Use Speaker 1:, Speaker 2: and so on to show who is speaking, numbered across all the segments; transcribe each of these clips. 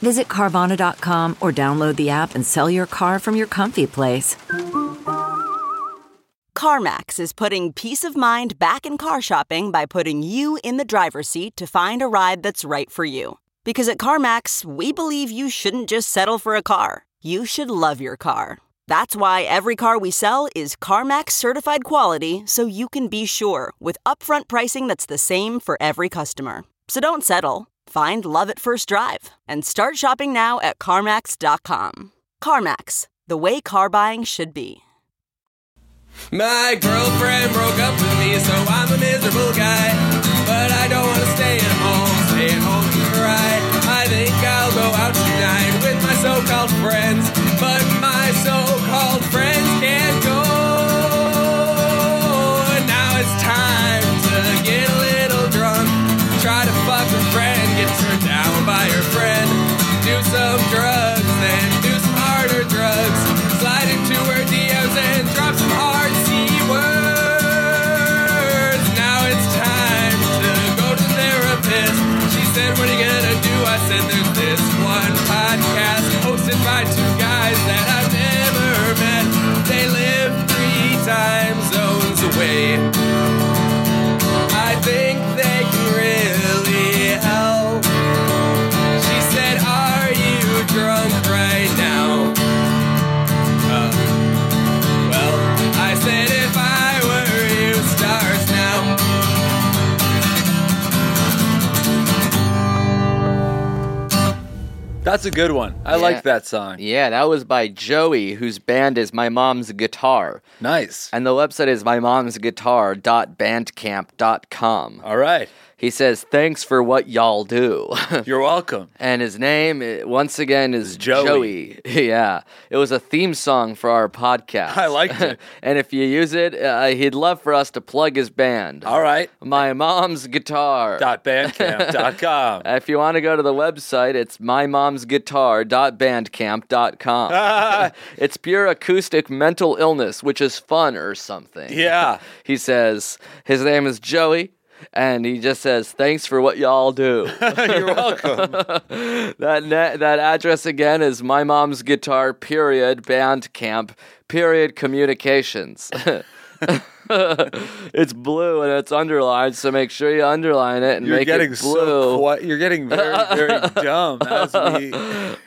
Speaker 1: Visit Carvana.com or download the app and sell your car from your comfy place.
Speaker 2: CarMax is putting peace of mind back in car shopping by putting you in the driver's seat to find a ride that's right for you. Because at CarMax, we believe you shouldn't just settle for a car, you should love your car. That's why every car we sell is CarMax certified quality so you can be sure with upfront pricing that's the same for every customer. So don't settle. Find love at first drive and start shopping now at CarMax.com. CarMax, the way car buying should be.
Speaker 3: My girlfriend broke up with me, so I'm a miserable guy. But I don't wanna stay at home, stay at home and cry. I think I'll go out tonight with my so-called friends, but my so-called friends can't go. And now it's time to get a little drunk, try to fuck a friend, get turned down by her friend, do some drugs, then do some harder drugs, slide into her DMs and drop some hard C words. Now it's time to go to therapist. She said, What are you gonna do? I said, There's this one podcast hosted by two guys that I've never met. They live three time zones away. I think they can really help. She said, Are you drunk right now? Uh, well, I said if I were you, stars now.
Speaker 4: That's a good one. I
Speaker 5: Yeah.
Speaker 4: like that song.
Speaker 5: Yeah, that was by Joey, whose band is My Mom's Guitar.
Speaker 4: Nice.
Speaker 5: And the website is mymomsguitar.bandcamp.com.
Speaker 4: All right.
Speaker 5: He says, Thanks for what y'all do.
Speaker 4: You're welcome.
Speaker 5: and his name, eh, once again, is
Speaker 4: Joey.
Speaker 5: Joey. yeah. It was a theme song for our podcast.
Speaker 4: I liked it.
Speaker 5: and if you use it, uh, he'd love for us to plug his band.
Speaker 4: All right.
Speaker 5: My Mom's Guitar.
Speaker 4: Dot bandcamp.com.
Speaker 5: If you want to go to the website, it's mymomsguitar.bandcamp.com. it's pure acoustic mental illness, which is fun or something.
Speaker 4: Yeah.
Speaker 5: He says, his name is Joey, and he just says, thanks for what y'all do.
Speaker 4: You're welcome.
Speaker 5: that, ne- that address again is my mom's guitar, period, bandcamp, period, communications. it's blue and it's underlined, so make sure you underline it and
Speaker 4: You're
Speaker 5: make
Speaker 4: getting
Speaker 5: it blue.
Speaker 4: so quiet. You're getting very, very dumb as we.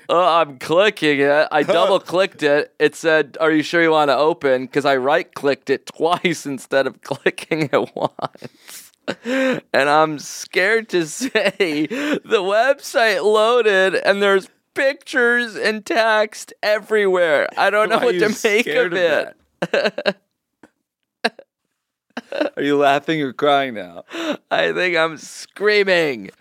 Speaker 5: Oh, I'm clicking it. I double clicked it. It said, Are you sure you want to open? Because I right clicked it twice instead of clicking it once. And I'm scared to say the website loaded and there's pictures and text everywhere. I don't know
Speaker 4: Why are
Speaker 5: what
Speaker 4: you
Speaker 5: to make
Speaker 4: scared
Speaker 5: of it.
Speaker 4: that? Are you laughing or crying now?
Speaker 5: I think I'm screaming.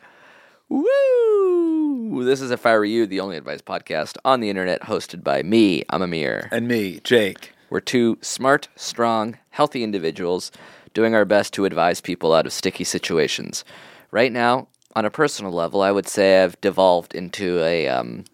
Speaker 5: Woo! This is If I Were You, the only advice podcast on the internet hosted by me. I'm Amir.
Speaker 4: And me, Jake.
Speaker 5: We're two smart, strong, healthy individuals doing our best to advise people out of sticky situations. Right now, on a personal level, I would say I've devolved into a um,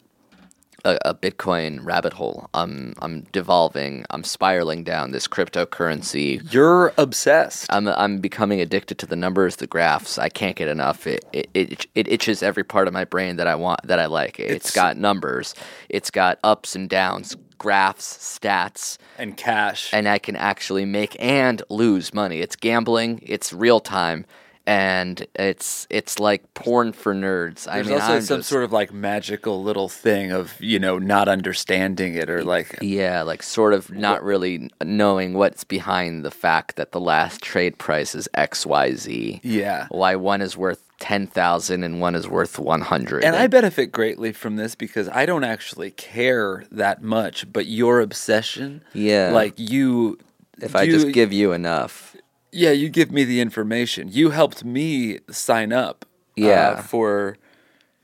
Speaker 5: a, a Bitcoin rabbit hole. I'm I'm devolving. I'm spiraling down this cryptocurrency.
Speaker 4: You're obsessed.
Speaker 5: I'm I'm becoming addicted to the numbers, the graphs. I can't get enough. It it, it, it itches every part of my brain that I want that I like. it's
Speaker 4: It's-
Speaker 5: got numbers. It's got ups and downs, graphs, stats
Speaker 4: And cash.
Speaker 5: and I can actually make and lose money. It's gambling, it's real time, and it's it's like porn for nerds. I
Speaker 4: There's
Speaker 5: mean,
Speaker 4: also
Speaker 5: I'm
Speaker 4: some
Speaker 5: just-
Speaker 4: sort of like magical little thing of, you know, not understanding it or like
Speaker 5: yeah, like sort of not really knowing what's behind the fact that the last trade price is X Y Z.
Speaker 4: Yeah.
Speaker 5: why one is worth ten thousand and one is worth one hundred.
Speaker 4: And I benefit greatly from this because I don't actually care that much, but your obsession,
Speaker 5: Yeah.
Speaker 4: like you,
Speaker 5: if I just
Speaker 4: you-
Speaker 5: give you enough,
Speaker 4: yeah, you give me the information. You helped me sign up, uh,
Speaker 5: Yeah.
Speaker 4: for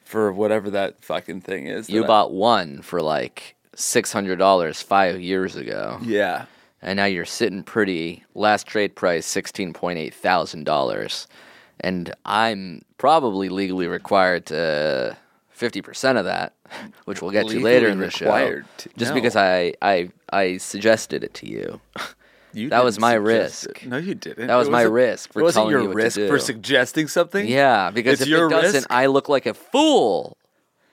Speaker 4: for whatever that fucking thing is.
Speaker 5: you
Speaker 4: that I-
Speaker 5: bought one for like $600 five years ago.
Speaker 4: Yeah.
Speaker 5: and now you're sitting pretty. Last trade price sixteen point eight thousand dollars, and I'm probably legally required to fifty percent of that, which we'll get to later
Speaker 4: Legally
Speaker 5: in the show.
Speaker 4: required to-
Speaker 5: Just
Speaker 4: no.
Speaker 5: because I I I suggested it to you.
Speaker 4: You
Speaker 5: That was
Speaker 4: didn't
Speaker 5: my
Speaker 4: suggest
Speaker 5: risk.
Speaker 4: it. No, you didn't.
Speaker 5: That was
Speaker 4: It
Speaker 5: my
Speaker 4: wasn't-
Speaker 5: risk for
Speaker 4: it wasn't
Speaker 5: telling
Speaker 4: your
Speaker 5: you what to
Speaker 4: risk
Speaker 5: do.
Speaker 4: for suggesting something.
Speaker 5: Yeah, because
Speaker 4: It's
Speaker 5: if
Speaker 4: your
Speaker 5: it doesn't,
Speaker 4: risk?
Speaker 5: I look like a fool,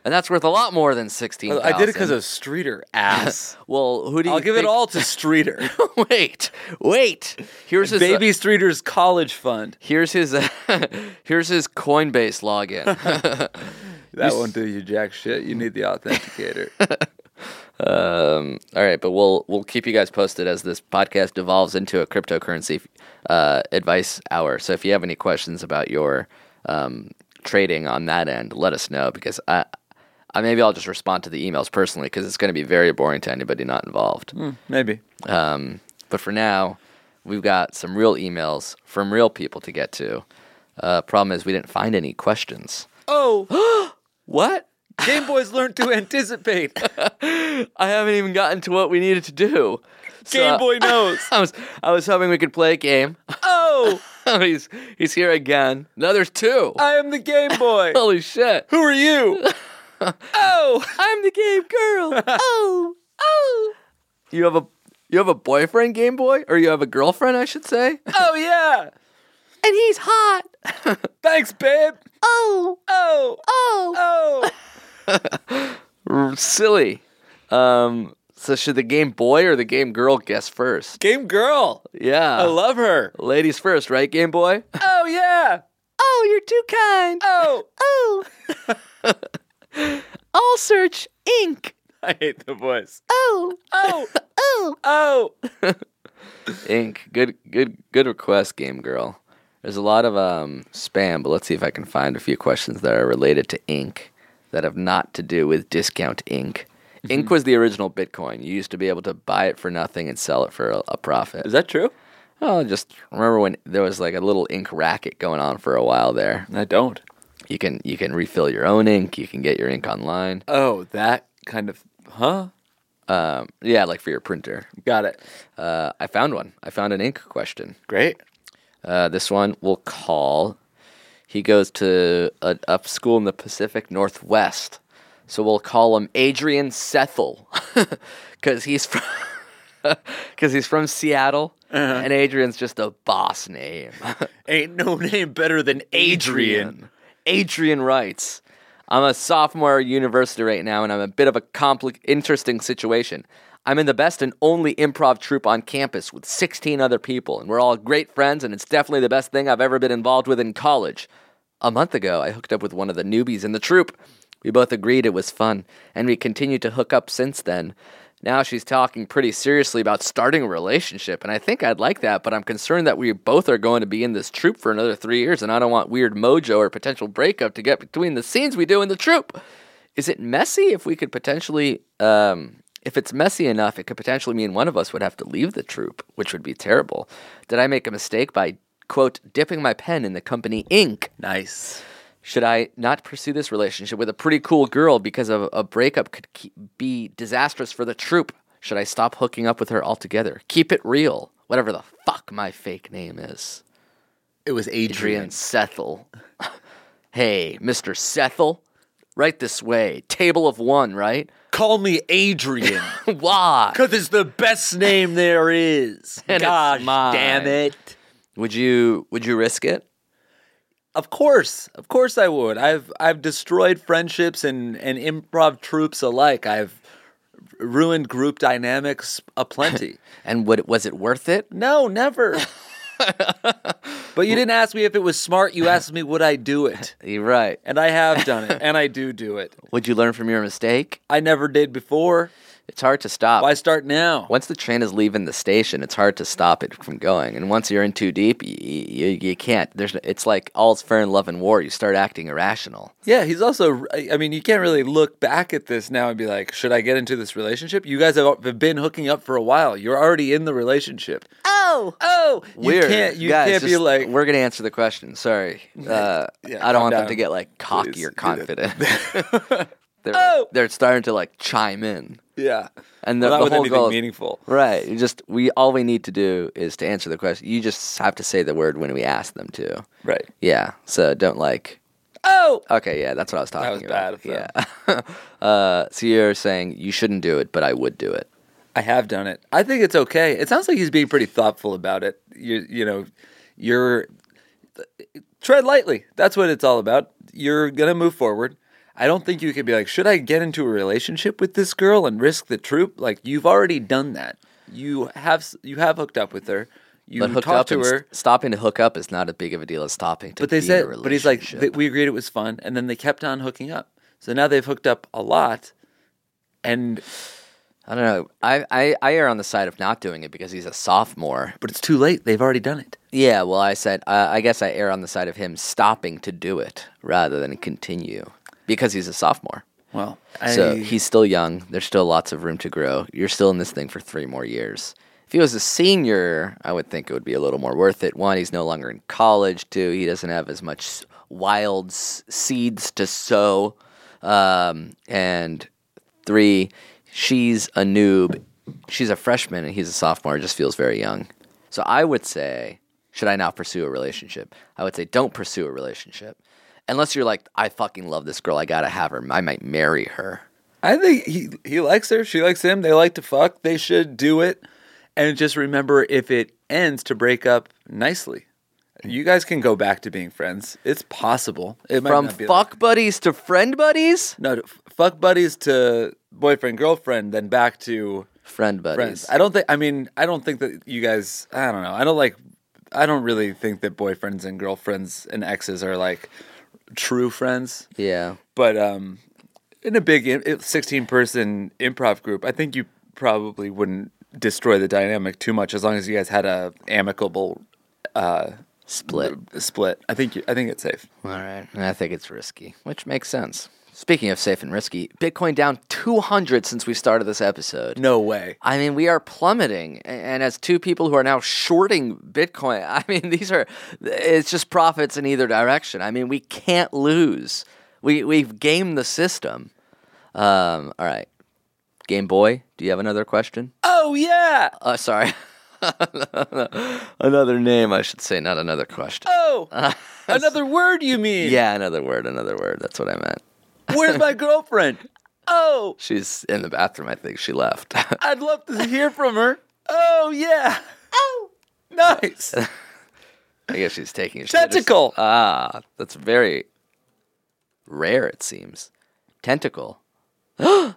Speaker 5: and that's worth a lot more than sixteen.
Speaker 4: I did it because of Streeter ass.
Speaker 5: Well, who do you?
Speaker 4: I'll give it
Speaker 5: think-
Speaker 4: all to Streeter.
Speaker 5: wait, wait. Here's his uh,
Speaker 4: Baby Streeter's college fund.
Speaker 5: Here's his here's his Coinbase login.
Speaker 4: That won't do you jack shit. You need the authenticator.
Speaker 5: All right, but we'll we'll keep you guys posted as this podcast evolves into a cryptocurrency uh, advice hour. So if you have any questions about your um, trading on that end, let us know because I, I maybe I'll just respond to the emails personally because it's going to be very boring to anybody not involved.
Speaker 4: Maybe.
Speaker 5: Um, but for now, we've got some real emails from real people to get to. Uh, problem is we didn't find any questions.
Speaker 4: Oh,
Speaker 5: What?
Speaker 4: Game Boys learn to anticipate.
Speaker 5: I haven't even gotten to what we needed to do.
Speaker 4: Game Boy knows.
Speaker 5: I was I was hoping we could play a game.
Speaker 4: Oh,
Speaker 5: he's he's here again. No, there's two.
Speaker 4: I am the Game Boy.
Speaker 5: Holy shit.
Speaker 4: Who are you? Oh,
Speaker 5: I'm the game girl. oh. Oh. You have a you have a boyfriend, Game Boy? Or you have a girlfriend, I should say? and
Speaker 4: oh yeah.
Speaker 5: he's hot.
Speaker 4: Thanks, babe.
Speaker 5: Oh.
Speaker 4: Oh,
Speaker 5: Oh.
Speaker 4: oh.
Speaker 5: Silly. Um so should the game boy or the game girl guess first?
Speaker 4: Game Girl.
Speaker 5: Yeah.
Speaker 4: I love her.
Speaker 5: Ladies first, right, Game Boy?
Speaker 4: Oh yeah.
Speaker 5: Oh, you're too kind.
Speaker 4: Oh,
Speaker 5: Oh. I'll search ink.
Speaker 4: I hate the voice.
Speaker 5: Oh.
Speaker 4: Oh,
Speaker 5: Oh.
Speaker 4: oh.
Speaker 5: Ink. Good good good request, game girl. There's a lot of um spam, but let's see if I can find a few questions that are related to ink that have not to do with discount ink. Ink was the original Bitcoin. You used to be able to buy it for nothing and sell it for a, a profit.
Speaker 4: Is that true?
Speaker 5: Oh, just remember when there was like a little ink racket going on for a while there.
Speaker 4: I don't.
Speaker 5: You can you can refill your own ink. You can get your ink online.
Speaker 4: Oh, that kind of. Huh?
Speaker 5: Um, yeah, like for your printer.
Speaker 4: Got it.
Speaker 5: Uh, I found one. I found an ink question.
Speaker 4: Great.
Speaker 5: Uh, this one we'll call. He goes to a, a school in the Pacific Northwest, so we'll call him Adrian Sethel, because he's from because he's from Seattle,
Speaker 4: Uh-huh.
Speaker 5: and Adrian's just a boss name.
Speaker 4: Ain't no name better than Adrian.
Speaker 5: Adrian writes, I'm a sophomore at university right now, and I'm a bit of a compli- interesting situation. I'm in the best and only improv troupe on campus with 16 other people, and we're all great friends, and it's definitely the best thing I've ever been involved with in college. A month ago, I hooked up with one of the newbies in the troupe. We both agreed it was fun, and we continued to hook up since then. Now she's talking pretty seriously about starting a relationship, and I think I'd like that, but I'm concerned that we both are going to be in this troupe for another three years, and I don't want weird mojo or potential breakup to get between the scenes we do in the troupe. Is it messy if we could potentially, um, if it's messy enough, it could potentially mean one of us would have to leave the troupe, which would be terrible. Did I make a mistake by, quote, dipping my pen in the company ink?
Speaker 4: Nice.
Speaker 5: Should I not pursue this relationship with a pretty cool girl because of a breakup could keep, be disastrous for the troop? Should I stop hooking up with her altogether? Keep it real, whatever the fuck my fake name is.
Speaker 4: It was
Speaker 5: Adrian Sethel. hey, Mr. Sethel, right this way. Table of one, right?
Speaker 4: Call me Adrian.
Speaker 5: Why?
Speaker 4: Because it's the best name there is.
Speaker 5: And it's
Speaker 4: Gosh
Speaker 5: mine.
Speaker 4: damn it.
Speaker 5: Would you would you risk it?
Speaker 4: Of course. Of course I would. I've I've destroyed friendships and, and improv troops alike. I've ruined group dynamics aplenty.
Speaker 5: And would was it worth it?
Speaker 4: no, never. but you didn't ask me if it was smart, you asked me would I do it.
Speaker 5: You're right.
Speaker 4: And I have done it. And I do do it.
Speaker 5: Would you learn from your mistake?
Speaker 4: I never did before.
Speaker 5: It's hard to stop.
Speaker 4: Why start now?
Speaker 5: Once the train is leaving the station, it's hard to stop it from going. And once you're in too deep, you, you, you can't. There's it's like all's fair in love and war. You start acting irrational.
Speaker 4: Yeah, he's also. I I mean, you can't really look back at this now and be like, should I get into this relationship? You guys have have been hooking up for a while. You're already in the relationship. Oh, oh, you
Speaker 5: Weird.
Speaker 4: can't. You
Speaker 5: Guys,
Speaker 4: can't be
Speaker 5: just-
Speaker 4: like.
Speaker 5: we're gonna answer the question. Sorry, uh,
Speaker 4: Yeah,
Speaker 5: I
Speaker 4: calm
Speaker 5: don't want them
Speaker 4: down.
Speaker 5: to get like cocky
Speaker 4: Please,
Speaker 5: or
Speaker 4: you did.
Speaker 5: confident. they're,
Speaker 4: Oh!
Speaker 5: they're starting to like chime in.
Speaker 4: yeah.
Speaker 5: And the,
Speaker 4: Well, not
Speaker 5: the
Speaker 4: with
Speaker 5: whole
Speaker 4: anything
Speaker 5: goal-
Speaker 4: meaningful.
Speaker 5: right? You just we all we need to do is to answer the question. You just have to say the word when we ask them to.
Speaker 4: Right.
Speaker 5: Yeah. So don't like. Oh. Okay. Yeah, that's what I was talking
Speaker 4: was
Speaker 5: about.
Speaker 4: bad
Speaker 5: Yeah. uh, so you're saying you shouldn't do it, but I would do it.
Speaker 4: I have done it. I think it's okay. It sounds like he's being pretty thoughtful about it. You you know, you're tread lightly. That's what it's all about. You're gonna move forward. I don't think you could be like, should I get into a relationship with this girl and risk the troop? Like you've already done that. You have s- you have hooked up with her. You
Speaker 5: But hooked
Speaker 4: talked
Speaker 5: up
Speaker 4: to
Speaker 5: and
Speaker 4: her.
Speaker 5: st- stopping to hook up is not as big of a deal as stopping to.
Speaker 4: But they
Speaker 5: be
Speaker 4: said,
Speaker 5: in a
Speaker 4: but he's like,
Speaker 5: relationship.
Speaker 4: th- we agreed it was fun, and then they kept on hooking up. So now they've hooked up a lot, and
Speaker 5: I don't know. I, I I err on the side of not doing it because he's a sophomore.
Speaker 4: but it's too late. They've already done it.
Speaker 5: Yeah, well, I said, uh, I guess I err on the side of him stopping to do it rather than continue because he's a sophomore.
Speaker 4: Well,
Speaker 5: So
Speaker 4: I-
Speaker 5: he's still young. There's still lots of room to grow. You're still in this thing for three more years. If he was a senior, I would think it would be a little more worth it. One, he's no longer in college. Two, he doesn't have as much s- wild s- seeds to sow. Um, and three, she's a noob. She's a freshman and he's a sophomore. Just feels very young. So I would say, should I not pursue a relationship? I would say, don't pursue a relationship. Unless you're like, I fucking love this girl. I gotta have her. I might marry her.
Speaker 4: I think he he likes her. She likes him. They like to fuck. They should do it. And just remember, if it ends, to break up nicely. You guys can go back to being friends. It's possible. It might
Speaker 5: From
Speaker 4: not be
Speaker 5: fuck
Speaker 4: Like,
Speaker 5: buddies to friend buddies?
Speaker 4: no, to f- fuck buddies to boyfriend girlfriend, then back to
Speaker 5: Friend buddies.
Speaker 4: friends. I don't think. I mean, I don't think that you guys. I don't know. I don't like. I don't really think that boyfriends and girlfriends and exes are like true friends.
Speaker 5: yeah.
Speaker 4: But um, in a big im- sixteen person improv group, I think you probably wouldn't destroy the dynamic too much as long as you guys had a amicable
Speaker 5: Split.
Speaker 4: split. I think you, I think it's safe.
Speaker 5: All right. And I think it's risky, which makes sense. Speaking of safe and risky, Bitcoin down 200 since we started this episode.
Speaker 4: No way.
Speaker 5: I mean, we are plummeting. A- And as two people who are now shorting Bitcoin, I mean, these are, it's just profits in either direction. I mean, we can't lose. We, we've gamed the system. Um, all right. Game Boy, do you have another question?
Speaker 4: Oh yeah.
Speaker 5: Uh, sorry. another name, I should say, not another question.
Speaker 4: Oh, another word you mean?
Speaker 5: Yeah, another word, another word. That's what I meant.
Speaker 4: Where's my girlfriend? Oh,
Speaker 5: She's in the bathroom, I think. She left.
Speaker 4: I'd love to hear from her. Oh yeah. Oh, nice.
Speaker 5: I guess she's taking a shit or
Speaker 4: Tentacle.
Speaker 5: Ah, that's very rare, it seems. Tentacle. huh?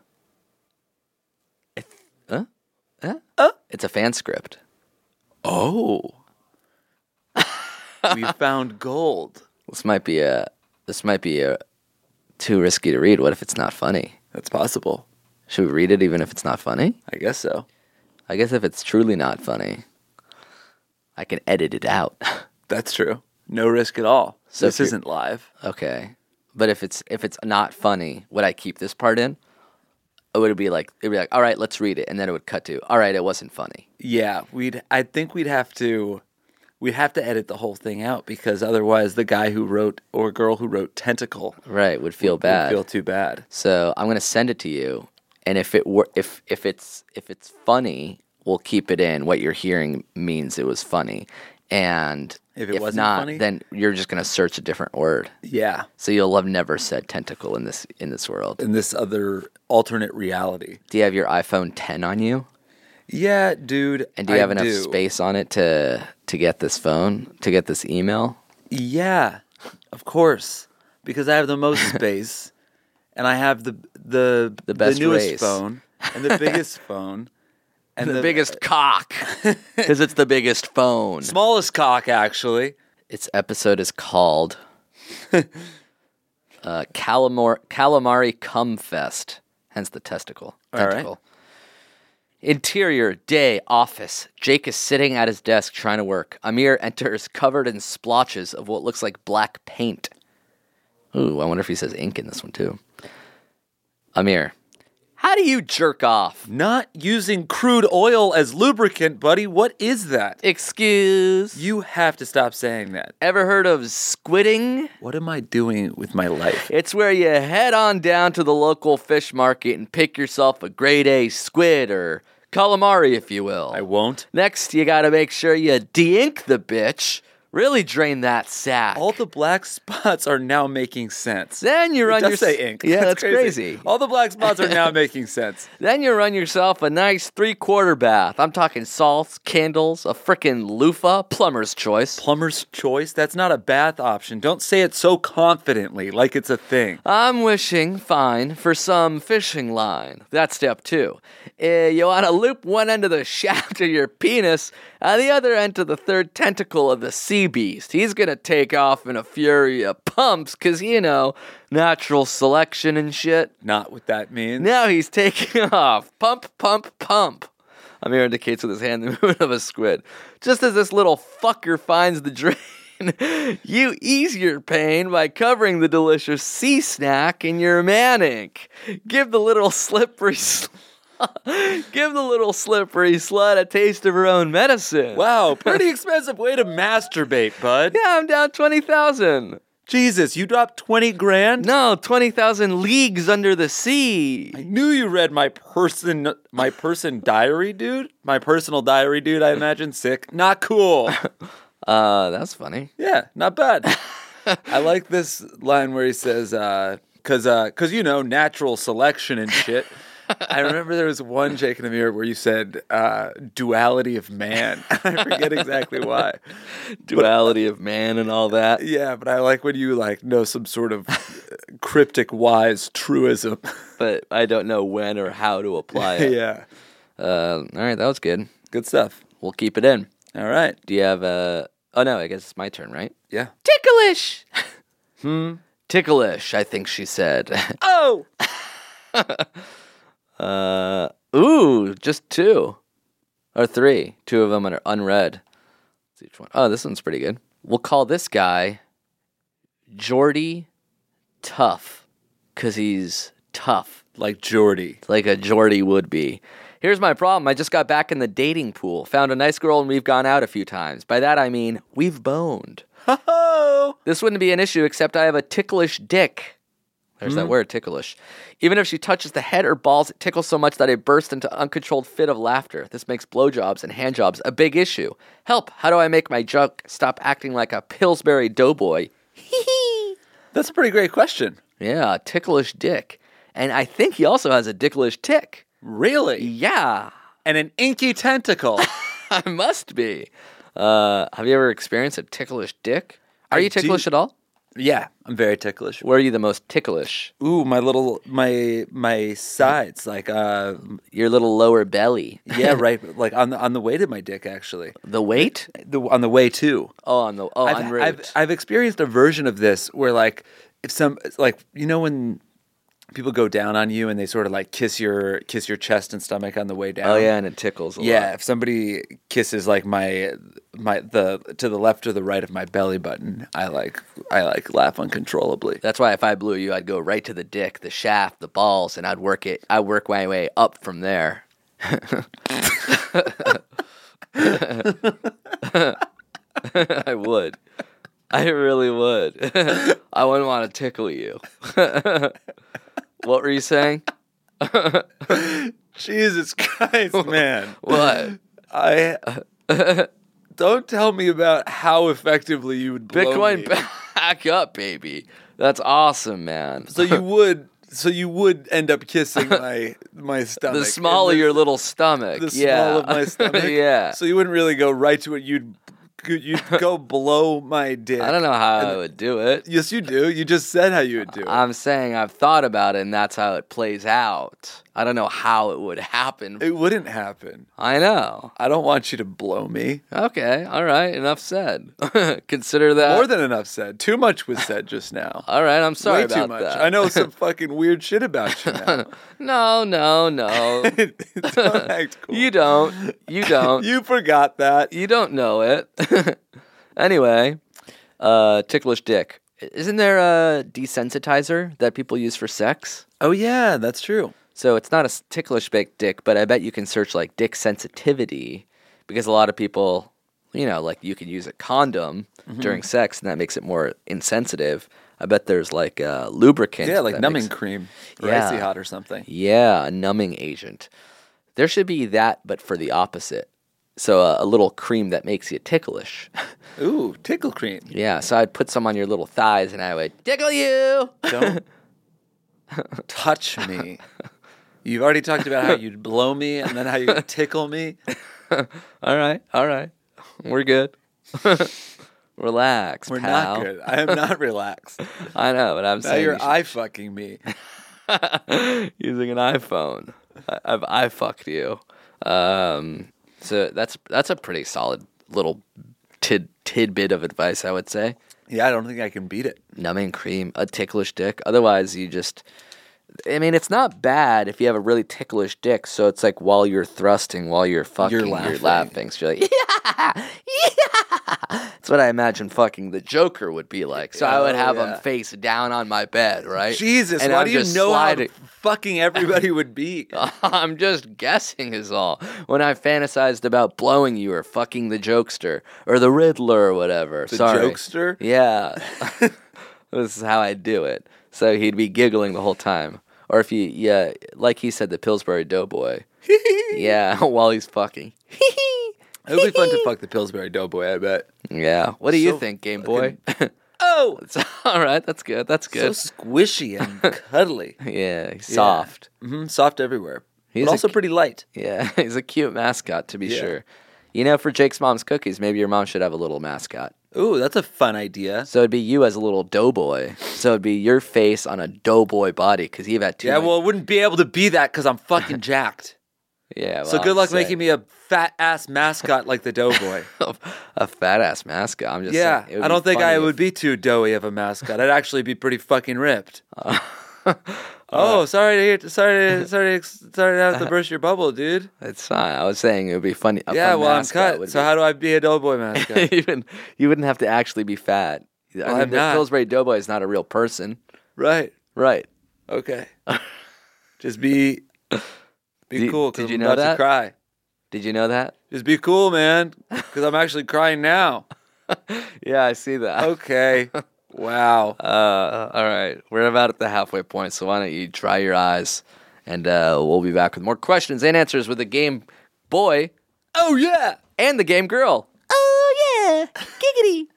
Speaker 5: Huh? It's a fan script.
Speaker 4: Oh. we found gold.
Speaker 5: This might be a. This might be a too risky to read. What if it's not funny?
Speaker 4: That's possible.
Speaker 5: Should we read it even if it's not funny?
Speaker 4: I guess so.
Speaker 5: I guess if it's truly not funny, I can edit it out.
Speaker 4: That's true. No risk at all.
Speaker 5: So
Speaker 4: this
Speaker 5: if you-
Speaker 4: isn't live.
Speaker 5: okay, but if it's if it's not funny, would I keep this part in? Or would it be like it'd be like, all right, let's read it, and then it would cut to, all right, it wasn't funny.
Speaker 4: Yeah, we'd I think we'd have to we'd have to edit the whole thing out because otherwise the guy who wrote or girl who wrote tentacle
Speaker 5: Right, would feel
Speaker 4: would
Speaker 5: bad.
Speaker 4: feel too bad.
Speaker 5: so I'm gonna send it to you, and if it were if if it's if it's funny, we'll keep it in. What you're hearing means it was funny, and
Speaker 4: If it wasn't
Speaker 5: not,
Speaker 4: funny?
Speaker 5: then you're just gonna search a different word.
Speaker 4: Yeah.
Speaker 5: So you'll have never said tentacle in this in this world.
Speaker 4: In this other alternate reality.
Speaker 5: Do you have your iPhone 10 on you?
Speaker 4: Yeah, dude.
Speaker 5: And do you
Speaker 4: I
Speaker 5: have enough
Speaker 4: do.
Speaker 5: space on it to to get this phone, to get this email?
Speaker 4: Yeah, of course, because I have the most space, and I have the the the,
Speaker 5: best
Speaker 4: newest
Speaker 5: race.
Speaker 4: phone and the biggest phone and
Speaker 5: The, biggest cock. Cuz it's the biggest phone.
Speaker 4: smallest cock actually.
Speaker 5: Its episode is called uh, Calamar- Calamari Cum Fest, hence the testicle.
Speaker 4: right.
Speaker 5: Tentacle. Interior, day, office. Jake is sitting at his desk trying to work. Amir enters covered in splotches of what looks like black paint. Ooh, I wonder if he says ink in this one too. Amir, How do you jerk off?
Speaker 4: Not using crude oil as lubricant, buddy. What is that?
Speaker 5: Excuse. You
Speaker 4: You have to stop saying that.
Speaker 5: ever heard of squidding?
Speaker 4: What am I doing with my life?
Speaker 5: It's where you head on down to the local fish market and pick yourself a grade A squid or calamari, if you will.
Speaker 4: I won't.
Speaker 5: Next, you gotta make sure you de ink the bitch. Really drain that sack.
Speaker 4: All the black spots are now making sense.
Speaker 5: Then you
Speaker 4: It
Speaker 5: run
Speaker 4: does
Speaker 5: your-
Speaker 4: say ink.
Speaker 5: Yeah, that's crazy.
Speaker 4: All the black spots are now making sense.
Speaker 5: Then you run yourself a nice three quarter bath. I'm talking salts, candles, a frickin' loofah, plumber's choice.
Speaker 4: Plumber's choice. That's not a bath option. Don't say it so confidently, like it's a thing.
Speaker 5: I'm wishing, fine, for some fishing line. That's step two. Eh, you want to loop one end of the shaft of your penis and the other end to the third tentacle of the sea beast. He's going to take off in a fury of pumps because, you know, natural selection and shit.
Speaker 4: Not what that means.
Speaker 5: Now he's taking off. Pump, pump, pump. Amir indicates with his hand the movement of a squid. Just as this little fucker finds the drain, you ease your pain by covering the delicious sea snack in your man ink. Give the little slippery sl- Give the little slippery slut a taste of her own medicine.
Speaker 4: Wow, pretty expensive way to masturbate, bud.
Speaker 5: Yeah, I'm down 20,000.
Speaker 4: Jesus, you dropped 20 grand?
Speaker 5: No, 20,000 leagues under the sea.
Speaker 4: I knew you read my person my person diary, dude. My personal diary, dude, I imagine sick. Not cool.
Speaker 5: Uh, that's funny.
Speaker 4: Yeah, not bad. I like this line where he says, uh, cause, uh, cause you know, natural selection and shit. I remember there was one Jake in the Mirror where you said uh, duality of man. I forget exactly why.
Speaker 5: Duality of man and all that.
Speaker 4: Yeah, but I like when you like know some sort of cryptic wise truism.
Speaker 5: but I don't know when or how to apply it.
Speaker 4: yeah.
Speaker 5: Uh, all right, that was good.
Speaker 4: Good stuff.
Speaker 5: We'll keep it in.
Speaker 4: All right.
Speaker 5: Do you have a? Oh no, I guess it's my turn, right?
Speaker 4: Yeah.
Speaker 5: Ticklish. hmm. Ticklish. I think she said.
Speaker 4: Oh.
Speaker 5: Uh. Ooh, just two, or three. Two of them are unread. What's each one? Oh, this one's pretty good. We'll call this guy Jordy Tough, cause he's tough.
Speaker 4: Like Jordy.
Speaker 5: like a Jordy would be. Here's my problem. I just got back in the dating pool, found a nice girl, and we've gone out a few times. By that I mean we've boned.
Speaker 4: Oh.
Speaker 5: This wouldn't be an issue, except I have a ticklish dick. There's
Speaker 4: Hmm.
Speaker 5: that word, ticklish. Even if she touches the head or balls, it tickles so much that I burst into uncontrolled fit of laughter. This makes blowjobs and handjobs a big issue. Help! How do I make my junk stop acting like a Pillsbury doughboy?
Speaker 4: That's a pretty great question.
Speaker 5: Yeah, ticklish dick. And I think he also has a dicklish tick.
Speaker 4: Really?
Speaker 5: Yeah.
Speaker 4: And an inky tentacle.
Speaker 5: I must be. Uh, have you ever experienced a ticklish dick? Are you ticklish
Speaker 4: do-
Speaker 5: at all?
Speaker 4: yeah, I'm very ticklish.
Speaker 5: Where are you the most ticklish?
Speaker 4: Ooh, my little my my sides, like uh
Speaker 5: Your little lower belly.
Speaker 4: yeah, right, like on the on the way to my dick actually.
Speaker 5: The weight?
Speaker 4: The on the way too.
Speaker 5: Oh, on the oh, en
Speaker 4: I've,
Speaker 5: route.
Speaker 4: I've I've experienced a version of this where like if some like you know when people go down on you and they sort of like kiss your kiss your chest and stomach on the way down.
Speaker 5: oh yeah, and it tickles. A
Speaker 4: Yeah,
Speaker 5: lot.
Speaker 4: if somebody kisses like my my the to the left or the right of my belly button, I like I like laugh uncontrollably.
Speaker 5: That's why if I blew you, I'd go right to the dick, the shaft, the balls, and I'd work it. I work my way up from there. I would. I really would. I wouldn't want to tickle you. what were you saying?
Speaker 4: Jesus Christ, man.
Speaker 5: What?
Speaker 4: I don't tell me about how effectively you would blow me.
Speaker 5: Bitcoin back up, baby. That's awesome, man.
Speaker 4: so you would so you would end up kissing my my stomach.
Speaker 5: the small of
Speaker 4: and
Speaker 5: your little stomach.
Speaker 4: the, the
Speaker 5: yeah.
Speaker 4: small of my stomach.
Speaker 5: yeah.
Speaker 4: So you wouldn't really go right to it. You'd you'd go blow my dick.
Speaker 5: I don't know how I would do it.
Speaker 4: Yes, you do. You just said how you would do it.
Speaker 5: I'm saying I've thought about it and that's how it plays out. I don't know how it would happen.
Speaker 4: it wouldn't happen.
Speaker 5: I know.
Speaker 4: I don't want you to blow me.
Speaker 5: Okay. All right. Enough said. Consider that.
Speaker 4: More than enough said. Too much was said just now.
Speaker 5: All right. I'm sorry
Speaker 4: Way
Speaker 5: about
Speaker 4: too much.
Speaker 5: that.
Speaker 4: I know some fucking weird shit about you now.
Speaker 5: No, no, no.
Speaker 4: Don't act cool.
Speaker 5: you don't. You don't.
Speaker 4: You forgot that.
Speaker 5: you don't know it. anyway, uh, ticklish dick. Isn't there a desensitizer that people use for sex?
Speaker 4: Oh yeah, that's true.
Speaker 5: So it's not a s- ticklish big dick, but I bet you can search like dick sensitivity because a lot of people, you know, like you could use a condom
Speaker 4: Mm-hmm.
Speaker 5: during sex and that makes it more insensitive. I bet there's like a lubricant.
Speaker 4: Yeah, like
Speaker 5: that
Speaker 4: numbing
Speaker 5: makes-
Speaker 4: cream or
Speaker 5: Yeah.
Speaker 4: icy hot or something.
Speaker 5: yeah, a numbing agent. There should be that, but for the opposite. So uh, a little cream that makes you ticklish.
Speaker 4: Ooh, tickle cream.
Speaker 5: Yeah, so I'd put some on your little thighs and I would tickle you.
Speaker 4: Don't touch me. You've already talked about how you'd blow me and then how you'd tickle me.
Speaker 5: All right, all right. We're good. Relax.
Speaker 4: We're
Speaker 5: pal.
Speaker 4: not good. I am not relaxed.
Speaker 5: I know, but I'm
Speaker 4: Now
Speaker 5: saying
Speaker 4: you're
Speaker 5: you should-
Speaker 4: eye fucking me.
Speaker 5: using an iPhone. I, I've I fucked you. Um, so that's that's a pretty solid little tid tidbit of advice, I would say.
Speaker 4: Yeah, I don't think I can beat it.
Speaker 5: numbing cream, a ticklish dick. Otherwise, you just. I mean, it's not bad if you have a really ticklish dick. So it's like while you're thrusting, while you're fucking, you're laughing.
Speaker 4: laughing.
Speaker 5: So you're like, yeah, yeah. That's what I imagine fucking the Joker would be like. So I would
Speaker 4: Oh,
Speaker 5: have
Speaker 4: yeah.
Speaker 5: him face down on my bed, right?
Speaker 4: Jesus, why
Speaker 5: I'm
Speaker 4: do you
Speaker 5: just
Speaker 4: know
Speaker 5: sliding-
Speaker 4: how fucking everybody would be?
Speaker 5: I'm just guessing is all. When I fantasized about blowing you or fucking the jokester or the riddler or whatever.
Speaker 4: The
Speaker 5: Sorry.
Speaker 4: jokester?
Speaker 5: Yeah. this is how I do it. So he'd be giggling the whole time. Or if he, yeah, like he said, the Pillsbury Doughboy. yeah, while he's fucking.
Speaker 4: It would be fun to fuck the Pillsbury Doughboy, I bet.
Speaker 5: Yeah. What do you
Speaker 4: So
Speaker 5: think, Game Boy?
Speaker 4: Oh,
Speaker 5: It's- all right, that's good. That's good.
Speaker 4: so squishy and cuddly.
Speaker 5: yeah, he's Mm-hmm. soft.
Speaker 4: hmm soft everywhere.
Speaker 5: He's
Speaker 4: but
Speaker 5: a
Speaker 4: also
Speaker 5: c-
Speaker 4: pretty light.
Speaker 5: Yeah, he's a cute mascot to be
Speaker 4: Yeah.
Speaker 5: sure. You know, for Jake's mom's cookies, maybe your mom should have a little mascot.
Speaker 4: Ooh, that's a fun idea.
Speaker 5: So it'd be you as a little doughboy. So it'd be your face on a doughboy body because you've had two.
Speaker 4: Yeah, well, I wouldn't be able to be that because I'm fucking jacked.
Speaker 5: yeah.
Speaker 4: so
Speaker 5: well,
Speaker 4: good
Speaker 5: I'm
Speaker 4: luck
Speaker 5: saying-
Speaker 4: making me a fat ass mascot like the Doughboy.
Speaker 5: a fat ass mascot. I'm just
Speaker 4: yeah,
Speaker 5: saying, it would
Speaker 4: I
Speaker 5: be
Speaker 4: don't think I
Speaker 5: funny
Speaker 4: would be too doughy of a mascot. I'd actually be pretty fucking ripped.
Speaker 5: Uh,
Speaker 4: oh, sorry to hear, sorry, to, sorry, to, ex- sorry to have to burst your bubble, dude.
Speaker 5: if- It's fine. I was saying it would be funny. a
Speaker 4: Yeah,
Speaker 5: fun
Speaker 4: well, I'm
Speaker 5: mascot
Speaker 4: cut.
Speaker 5: would
Speaker 4: So
Speaker 5: be-
Speaker 4: how do I be a Doughboy mascot?
Speaker 5: even you wouldn't have to actually be fat. I mean,
Speaker 4: I'm
Speaker 5: the
Speaker 4: not.
Speaker 5: Pillsbury Doughboy is not a real person,
Speaker 4: right.
Speaker 5: right?
Speaker 4: Okay. Just be, be
Speaker 5: Did-
Speaker 4: cool.
Speaker 5: did
Speaker 4: 'cause
Speaker 5: you
Speaker 4: I'm
Speaker 5: know
Speaker 4: about
Speaker 5: that?
Speaker 4: To cry.
Speaker 5: Did you know that?
Speaker 4: Just be cool, man. Because I'm actually crying now.
Speaker 5: Yeah, I see that.
Speaker 4: Okay. Wow.
Speaker 5: Uh, all right, we're about at the halfway point, so why don't you dry your eyes, and uh, we'll be back with more questions and answers with the game boy. Oh yeah, and the game girl.
Speaker 6: Oh, yeah. Giggity.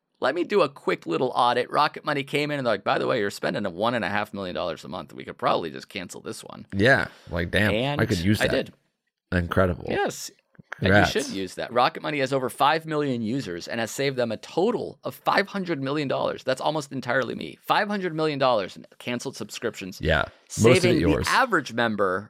Speaker 7: Let me do a quick little audit. Rocket Money came in and they're like, by the way, you're spending a one and a half million dollars a month. We could probably just cancel this one.
Speaker 8: Yeah, like damn,
Speaker 7: and
Speaker 8: I could use that.
Speaker 7: I did.
Speaker 8: Incredible.
Speaker 7: Yes. And
Speaker 8: Congrats.
Speaker 7: you should use that. Rocket Money has over 5 million users and has saved them a total of $500 million. That's almost entirely me. $500 million in canceled subscriptions.
Speaker 8: Yeah, most of
Speaker 7: Saving
Speaker 8: it yours.
Speaker 7: the average member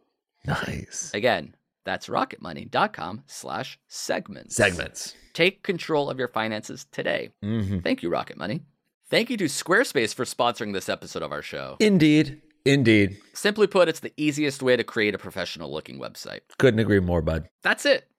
Speaker 8: nice.
Speaker 7: Again, that's rocketmoney.com slash segments.
Speaker 8: Segments.
Speaker 7: Take control of your finances today.
Speaker 8: Mm-hmm.
Speaker 7: Thank you, Rocket Money. Thank you to Squarespace for sponsoring this episode of our show.
Speaker 8: Indeed, indeed.
Speaker 7: Simply put, it's the easiest way to create a professional looking website.
Speaker 8: Couldn't agree more, bud.
Speaker 7: That's it.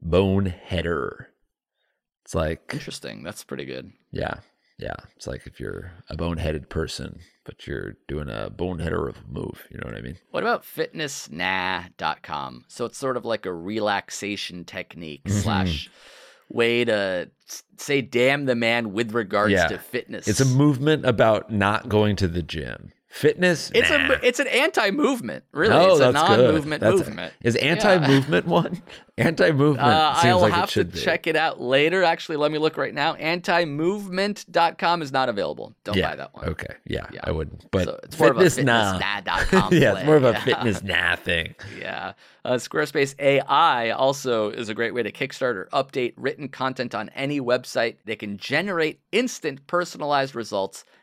Speaker 8: Boneheader. It's like,
Speaker 5: Interesting. That's pretty good.
Speaker 8: yeah, yeah. It's like if you're a boneheaded person, but you're doing a boneheader of a move. You know what I mean?
Speaker 5: What about fitnessnah.com? So it's sort of like a relaxation technique
Speaker 8: Mm-hmm.
Speaker 5: slash way to s- say damn the man with regards
Speaker 8: Yeah.
Speaker 5: to fitness.
Speaker 8: It's a movement about not going to the gym. Fitness.
Speaker 5: It's
Speaker 8: nah.
Speaker 5: a it's an anti-movement, really.
Speaker 8: Oh,
Speaker 5: it's a
Speaker 8: that's good.
Speaker 5: non-movement
Speaker 8: That's-
Speaker 5: movement.
Speaker 8: Is anti-movement one? Anti-movement.
Speaker 5: Uh,
Speaker 8: seems
Speaker 5: I'll
Speaker 8: like
Speaker 5: have
Speaker 8: it
Speaker 5: to
Speaker 8: should be.
Speaker 5: check it out later. Actually, let me look right now. Antimovement.com is not available. Don't
Speaker 8: yeah.
Speaker 5: buy that one.
Speaker 8: Okay. Yeah,
Speaker 5: Yeah.
Speaker 8: I wouldn't. But
Speaker 5: So it's more of a
Speaker 8: fitness, nah.
Speaker 5: fitnessnah.com
Speaker 8: yeah, it's more of a
Speaker 5: play.
Speaker 8: fitness nah thing.
Speaker 5: Yeah. Uh, Squarespace AI also is a great way to kickstart or update written content on any website. They can generate instant personalized results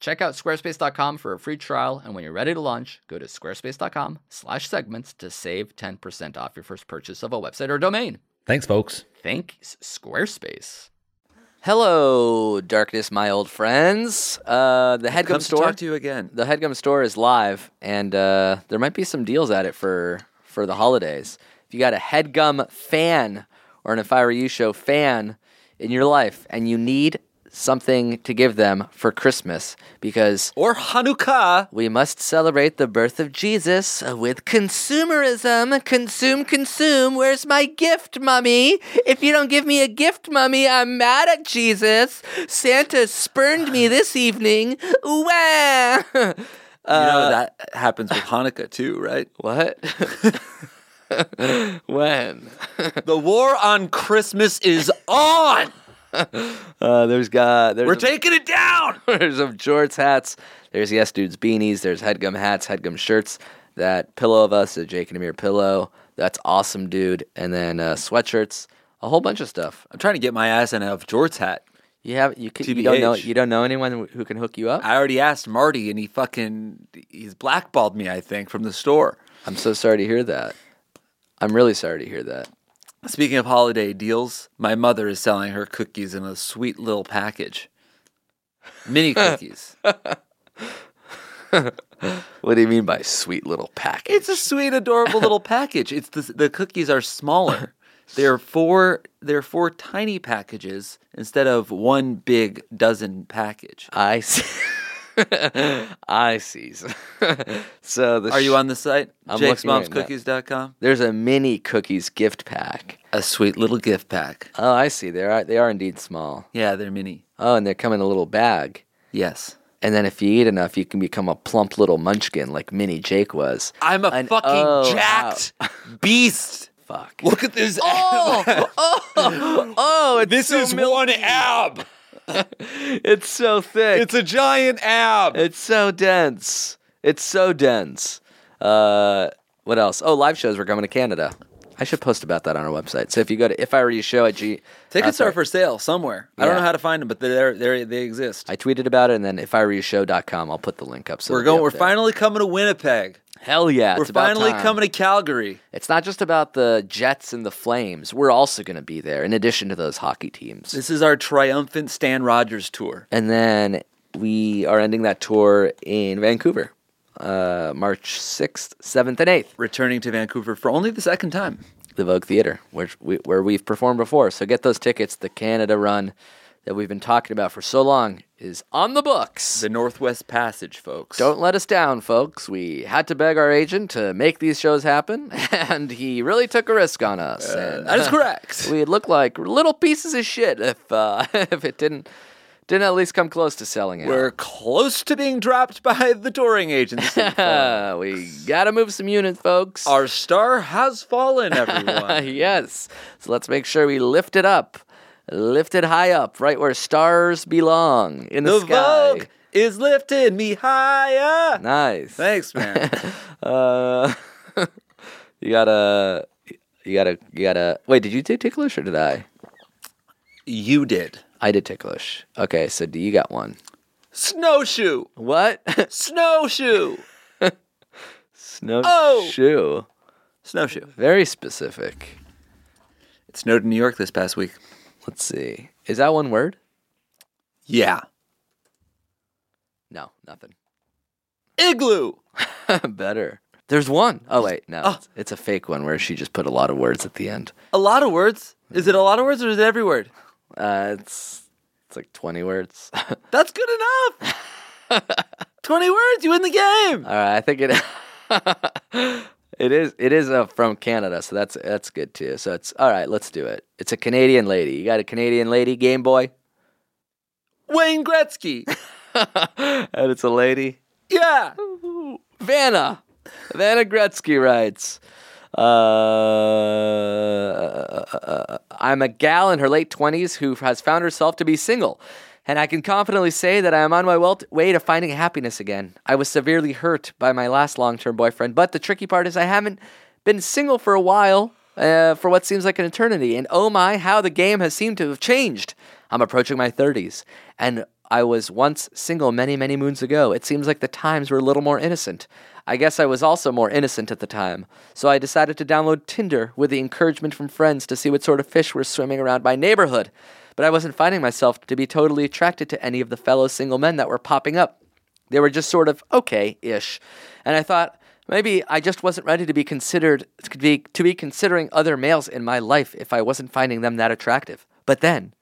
Speaker 5: check out squarespace.com for a free trial. And when you're ready to launch, go to squarespace.com slash segments to save 10% off your first purchase of a website or domain.
Speaker 8: Thanks, folks.
Speaker 5: Thanks, Squarespace.
Speaker 9: Hello, darkness, my old friends. Uh, the
Speaker 4: Headgum
Speaker 9: Headgum store.
Speaker 4: talk to you again.
Speaker 9: The Headgum store is live, and uh, there might be some deals at it for for the holidays. If you got a Headgum fan or an If I Were You show fan in your life, and you need something to give them for Christmas, because
Speaker 4: Or Hanukkah.
Speaker 9: we must celebrate the birth of Jesus with consumerism. Consume, consume. Where's my gift, mummy? If you don't give me a gift, mummy, I'm mad at Jesus. Santa spurned me this evening. Wah! Uh,
Speaker 4: you know that happens with Hanukkah too, right?
Speaker 9: What? when?
Speaker 4: The war on Christmas is on.
Speaker 9: Uh, there's got there's
Speaker 4: We're
Speaker 9: a-
Speaker 4: taking it down.
Speaker 9: There's of jorts hats. There's yes dudes beanies. There's headgum hats, headgum shirts. That pillow of us, the Jake and Amir pillow. That's awesome, dude. And then uh, sweatshirts, a whole bunch of stuff.
Speaker 4: I'm trying to get my ass in a Jorts hat.
Speaker 9: You have you, can, you don't know
Speaker 4: TBH.
Speaker 9: you don't know anyone who can hook you up.
Speaker 4: I already asked Marty, and he fucking he's blackballed me. I think from the store.
Speaker 9: I'm so sorry to hear that. I'm really sorry to hear that.
Speaker 4: Speaking of holiday deals, my mother is selling her cookies in a sweet little package. Mini cookies.
Speaker 9: What do you mean by sweet little package?
Speaker 4: it's a sweet, adorable little package. It's the, the cookies are smaller. They're four. They're four tiny packages instead of one big dozen package.
Speaker 9: I see. I see. so the
Speaker 4: Are you on the site?
Speaker 9: I'm looking right now.
Speaker 4: Jake'sMomsCookies.com.
Speaker 9: There's a mini cookies gift pack.
Speaker 4: A sweet little gift pack.
Speaker 9: Oh, I see. They are they are indeed small.
Speaker 4: Yeah, they're mini.
Speaker 9: Oh, and they come in a little bag.
Speaker 4: Yes.
Speaker 9: And then if you eat enough, you can become a plump little munchkin like Mini Jake was.
Speaker 4: I'm a
Speaker 9: An-
Speaker 4: fucking
Speaker 9: oh,
Speaker 4: jacked beast.
Speaker 9: Fuck.
Speaker 4: Look at this. Oh,
Speaker 9: Oh, it's
Speaker 4: this is one ab.
Speaker 9: it's so thick.
Speaker 4: It's a giant ab.
Speaker 9: It's so dense. It's so dense. Uh, what else? Oh, live shows. We're coming to Canada. I should post about that on our website. So if you go to if I were you show at G,
Speaker 4: Tickets
Speaker 9: uh, sorry.
Speaker 4: are for sale somewhere. I don't
Speaker 9: Yeah.
Speaker 4: know how to find them, but they're, they're, they exist.
Speaker 9: I tweeted about it, and then if I were you show.com, I'll put the link up. So
Speaker 4: we're
Speaker 9: it'll be
Speaker 4: going. We're
Speaker 9: up there.
Speaker 4: finally coming to Winnipeg.
Speaker 9: Hell yeah!
Speaker 4: we're
Speaker 9: it's about
Speaker 4: finally
Speaker 9: time.
Speaker 4: coming to Calgary.
Speaker 9: It's not just about the Jets and the Flames. We're also going to be there in addition to those hockey teams.
Speaker 4: This is our triumphant Stan Rogers tour.
Speaker 9: and then we are ending that tour in Vancouver, uh, March 6th, 7th, and 8th,
Speaker 4: Returning to Vancouver for only the second time.
Speaker 9: the Vogue Theater, which we, where we've performed before. So get those tickets. The Canada run that we've been talking about for so long is on the books.
Speaker 4: The Northwest Passage, folks.
Speaker 9: Don't let us down, folks. We had to beg our agent to make these shows happen, and he really took a risk on us. and
Speaker 4: Uh, That is correct.
Speaker 9: We'd look like little pieces of shit if uh, if it didn't
Speaker 4: Didn't at least come close to selling out.
Speaker 8: We're close to being dropped by the touring agency.
Speaker 4: Uh, we gotta move some units, folks.
Speaker 8: Our star has fallen, everyone.
Speaker 4: yes. So let's make sure we lift it up. Lift it high up, right where stars belong in the,
Speaker 8: the
Speaker 4: sky.
Speaker 8: Vogue is lifting me higher.
Speaker 4: Nice.
Speaker 8: Thanks, man.
Speaker 4: Uh, you gotta, you gotta, you gotta. Wait, did you do ticklish or did I?
Speaker 8: you did.
Speaker 4: I did ticklish. Okay, so do you got one?
Speaker 8: Snowshoe.
Speaker 4: What?
Speaker 8: Snowshoe.
Speaker 4: Snow
Speaker 8: Oh!
Speaker 4: shoe.
Speaker 8: Snowshoe.
Speaker 4: Very specific.
Speaker 8: It snowed in New York this past week.
Speaker 4: Let's see. Is that one word?
Speaker 8: Yeah.
Speaker 4: No, nothing.
Speaker 8: Igloo.
Speaker 4: Better. There's one. Oh wait, no, it's, it's a fake one where she just put a lot of words at the end.
Speaker 8: A lot of words. Is it a lot of words or is it every word?
Speaker 4: Uh, it's it's like 20 words. All
Speaker 8: That's good enough. 20 words, you win the game.
Speaker 9: Uh,
Speaker 4: right, I think it it is it is uh, from Canada, so that's that's good too. So it's all right. Let's do it. It's a Canadian lady. You got a Canadian lady Game Boy,
Speaker 8: Wayne Gretzky.
Speaker 4: and it's a lady.
Speaker 8: Yeah.
Speaker 4: Vanna. Vanna Gretzky writes, uh, I'm a gal in her late 20s who has found herself to be single. And I can confidently say that I am on my wel- way to finding happiness again. I was severely hurt by my last long term boyfriend, but the tricky part is I haven't been single for a while, uh, for what seems like an eternity. And oh my, how the game has seemed to have changed. I'm approaching my 30s, and I was once single many, many moons ago. It seems like the times were a little more innocent. I guess I was also more innocent at the time, so I decided to download Tinder with the encouragement from friends to see what sort of fish were swimming around my neighborhood. But I wasn't finding myself to be totally attracted to any of the fellow single men that were popping up. They were just sort of okay ish. And I thought, maybe I just wasn't ready to be considered to be, to be considering other males in my life if I wasn't finding them that attractive. But then,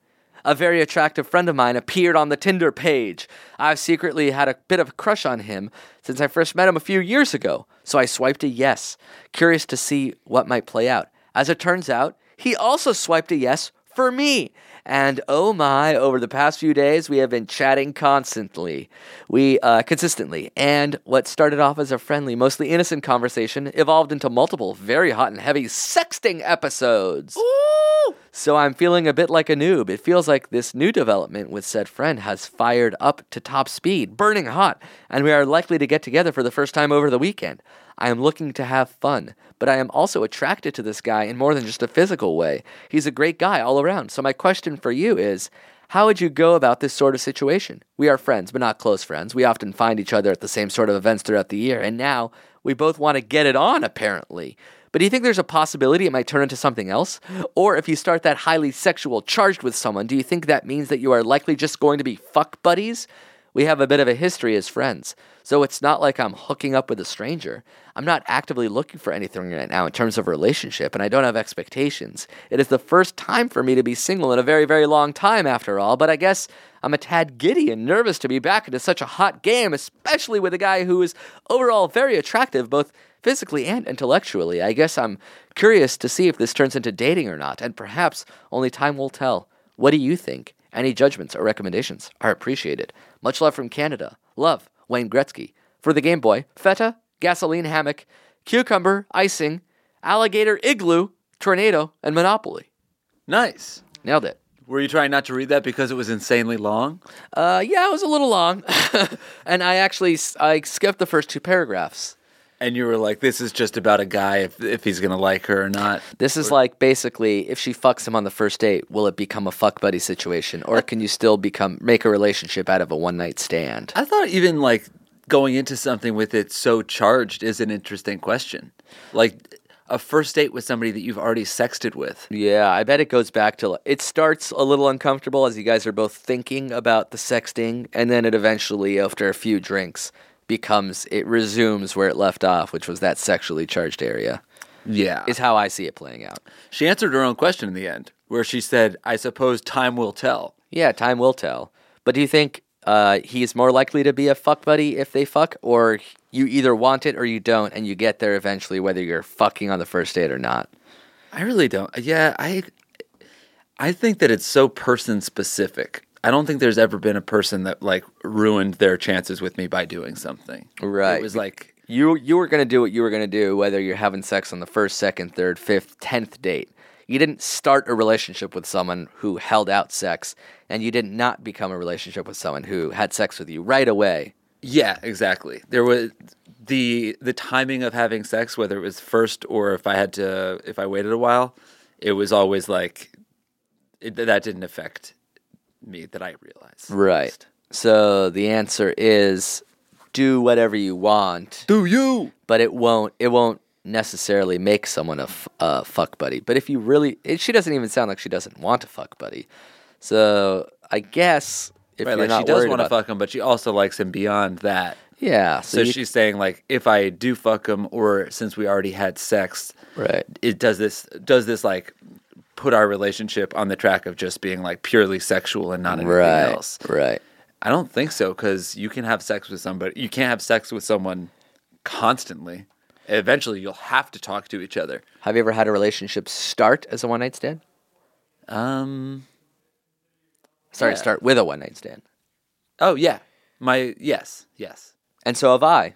Speaker 4: a very attractive friend of mine appeared on the Tinder page. I've secretly had a bit of a crush on him since I first met him a few years ago, so I swiped a yes, curious to see what might play out. As it turns out, he also swiped a yes for me. And oh my, over the past few days, we have been chatting constantly. We, uh, consistently. And what started off as a friendly, mostly innocent conversation evolved into multiple very hot and heavy sexting episodes. So I'm feeling a bit like a noob. It feels like this new development with said friend has fired up to top speed, burning hot, and we are likely to get together for the first time over the weekend. I am looking to have fun, but I am also attracted to this guy in more than just a physical way. He's a great guy all around. So my question for you is how would you go about this sort of situation? We are friends, but not close friends. We often find each other at the same sort of events throughout the year, and now we both want to get it on, apparently. But do you think there's a possibility it might turn into something else? Or if you start that highly sexual charged with someone, do you think that means that you are likely just going to be fuck buddies? We have a bit of a history as friends, so it's not like I'm hooking up with a stranger. I'm not actively looking for anything right now in terms of a relationship, and I don't have expectations. It is the first time for me to be single in a very, very long time, after all, but I guess I'm a tad giddy and nervous to be back into such a hot game, especially with a guy who is overall very attractive, both physically and intellectually. I guess I'm curious to see if this turns into dating or not, and perhaps only time will tell. What do you think? Any judgments or recommendations are appreciated. Much love from Canada. Love, Wayne Gretzky. For the Game Boy, feta, gasoline hammock, cucumber, icing, alligator igloo, tornado, and monopoly.
Speaker 8: Nice.
Speaker 4: Nailed it.
Speaker 8: Were you trying not to read that because it was insanely long?
Speaker 4: Uh, yeah, it was a little long, and I actually s- I skipped the first two paragraphs.
Speaker 8: And you were like, this is just about a guy if, if he's going to like her or not.
Speaker 4: This is like basically if she fucks him on the first date, will it become a fuck buddy situation, or can you still become make a relationship out of a one night stand?
Speaker 8: I thought even like going into something with it so charged is an interesting question. Like a first date with somebody that you've already sexted with.
Speaker 4: Yeah, I bet it goes back to it starts a little uncomfortable as you guys are both thinking about the sexting, and then it eventually, after a few drinks, becomes it resumes where it left off, which was that sexually charged area.
Speaker 8: Yeah.
Speaker 4: Is how I see it playing out.
Speaker 8: She answered her own question in the end, where she said, I suppose time will tell.
Speaker 4: Yeah, time will tell. But do you think uh, he's more likely to be a fuck buddy if they fuck, or you either want it or you don't, and you get there eventually, whether you're fucking on the first date or not? Uh,
Speaker 8: I really don't. Yeah, I I think that it's so person specific.
Speaker 4: I don't think there's ever been a person that like ruined their chances with me by doing something.
Speaker 5: Right.
Speaker 4: It was like
Speaker 5: You you were gonna do what you were gonna do, whether you're having sex on the first, second, third, fifth, tenth date. You didn't start a relationship with someone who held out sex, and you did not become a relationship with someone who had sex with you right away.
Speaker 4: Yeah, exactly. There was the the timing of having sex, whether it was first or if I had to if I waited a while, it was always like it, that didn't affect me that I realized.
Speaker 5: Right. So the answer is do whatever you want.
Speaker 4: Do you?
Speaker 5: but it won't it won't necessarily make someone a, f- a fuck buddy. But if you really, it, she doesn't even sound like she doesn't want a fuck buddy. So I guess if
Speaker 4: Right,
Speaker 5: you're
Speaker 4: like
Speaker 5: not
Speaker 4: she does
Speaker 5: worried
Speaker 4: want to
Speaker 5: about-
Speaker 4: fuck him, but she also likes him beyond that.
Speaker 5: yeah.
Speaker 4: So
Speaker 5: So, you-
Speaker 4: she's saying like, if I do fuck him, or since we already had sex,
Speaker 5: right.
Speaker 4: it does this does this like put our relationship on the track of just being like purely sexual and not anything
Speaker 5: Right.
Speaker 4: else.
Speaker 5: Right.
Speaker 4: I don't think so because you can have sex with somebody. You can't have sex with someone constantly. Eventually, you'll have to talk to each other.
Speaker 5: Have you ever had a relationship start as a one night stand?
Speaker 4: Um.
Speaker 5: Sorry,
Speaker 4: Yeah.
Speaker 5: start with a one night stand.
Speaker 4: Oh yeah. My yes, yes.
Speaker 5: And so have I.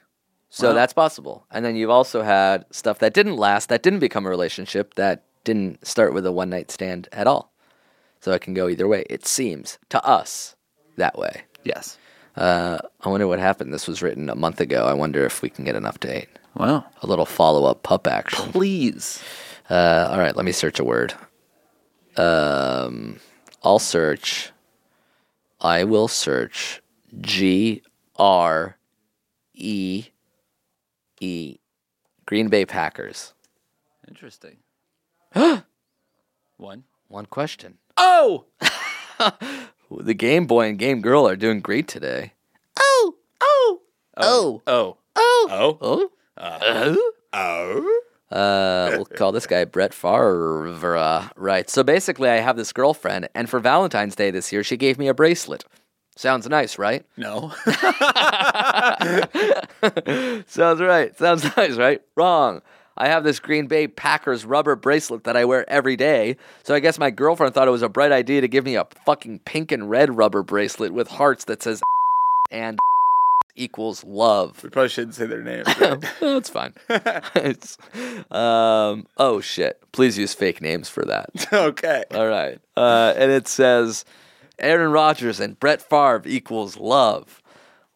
Speaker 5: So
Speaker 4: Wow.
Speaker 5: that's possible. And then you've also had stuff that didn't last, that didn't become a relationship, that didn't start with a one night stand at all. So it can go either way. It seems to us that way.
Speaker 4: Yes.
Speaker 5: Uh, I wonder what happened. This was written a month ago. I wonder if we can get an update.
Speaker 4: Wow.
Speaker 5: A little follow up pup action.
Speaker 4: Please.
Speaker 5: Uh, all right, let me search a word. Um, I'll search. I will search G R E E Green Bay Packers.
Speaker 4: Interesting. One.
Speaker 5: One question.
Speaker 4: Oh.
Speaker 5: The Game Boy and Game Girl are doing great today.
Speaker 6: Oh, oh,
Speaker 4: Oh. Oh. Oh. Oh.
Speaker 5: Oh? Uh, we'll call this guy Brett Favre. Right. So basically, I have this girlfriend, and for Valentine's Day this year, she gave me a bracelet. Sounds nice, right?
Speaker 4: No.
Speaker 5: Sounds right. Sounds nice, right? Wrong. I have this Green Bay Packers rubber bracelet that I wear every day. So I guess my girlfriend thought it was a bright idea to give me a fucking pink and red rubber bracelet with hearts that says and equals love.
Speaker 4: we probably shouldn't say their name.
Speaker 5: Well, it's fine. It's- um, oh shit! Please use fake names for that.
Speaker 4: okay.
Speaker 5: All right, uh, and it says Aaron Rodgers and Brett Favre equals love.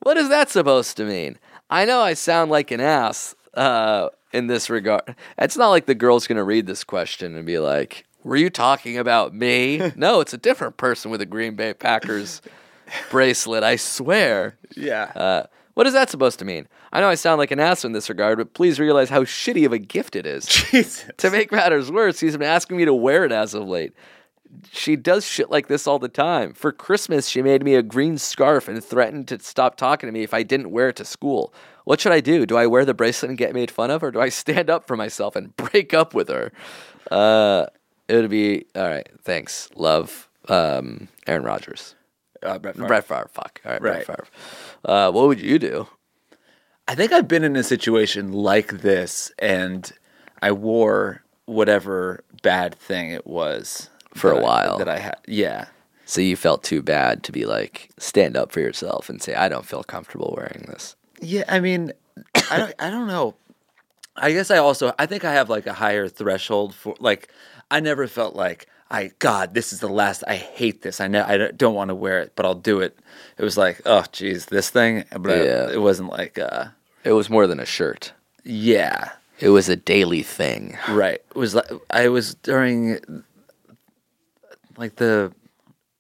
Speaker 5: What is that supposed to mean? I know I sound like an ass uh, in this regard. It's not like the girl's gonna read this question and be like, "Were you talking about me?" no, it's a different person with a Green Bay Packers bracelet. I swear.
Speaker 4: Yeah.
Speaker 5: Uh, what is that supposed to mean? I know I sound like an ass in this regard, but please realize how shitty of a gift it is.
Speaker 4: Jesus.
Speaker 5: to make matters worse, he's been asking me to wear it as of late. She does shit like this all the time. For Christmas, she made me a green scarf and threatened to stop talking to me if I didn't wear it to school. What should I do? Do I wear the bracelet and get made fun of, or do I stand up for myself and break up with her? Uh, it would be all right. Thanks, love, um, Aaron Rodgers,
Speaker 4: Uh, Brett Favre.
Speaker 5: Brett Favre. Fuck, all right, Brett
Speaker 4: Right.
Speaker 5: Favre. Uh, what would you do?
Speaker 4: I think I've been in a situation like this, and I wore whatever bad thing it was
Speaker 5: For a
Speaker 4: that I-
Speaker 5: while.
Speaker 4: that I had. Yeah,
Speaker 5: So you felt too bad to be like stand up for yourself and say I don't feel comfortable wearing this.
Speaker 4: yeah. I mean, I don't. I don't know. I guess I also. I think I have like a higher threshold for like. I never felt like I. God, this is the last. I hate this. I know. I don't- don't want to wear it, but I'll do it. It was like, oh, geez, this thing. But
Speaker 5: Yeah.
Speaker 4: it wasn't like. uh
Speaker 5: It was more than a shirt.
Speaker 4: Yeah.
Speaker 5: It was a daily thing.
Speaker 4: Right. It was like I was during like the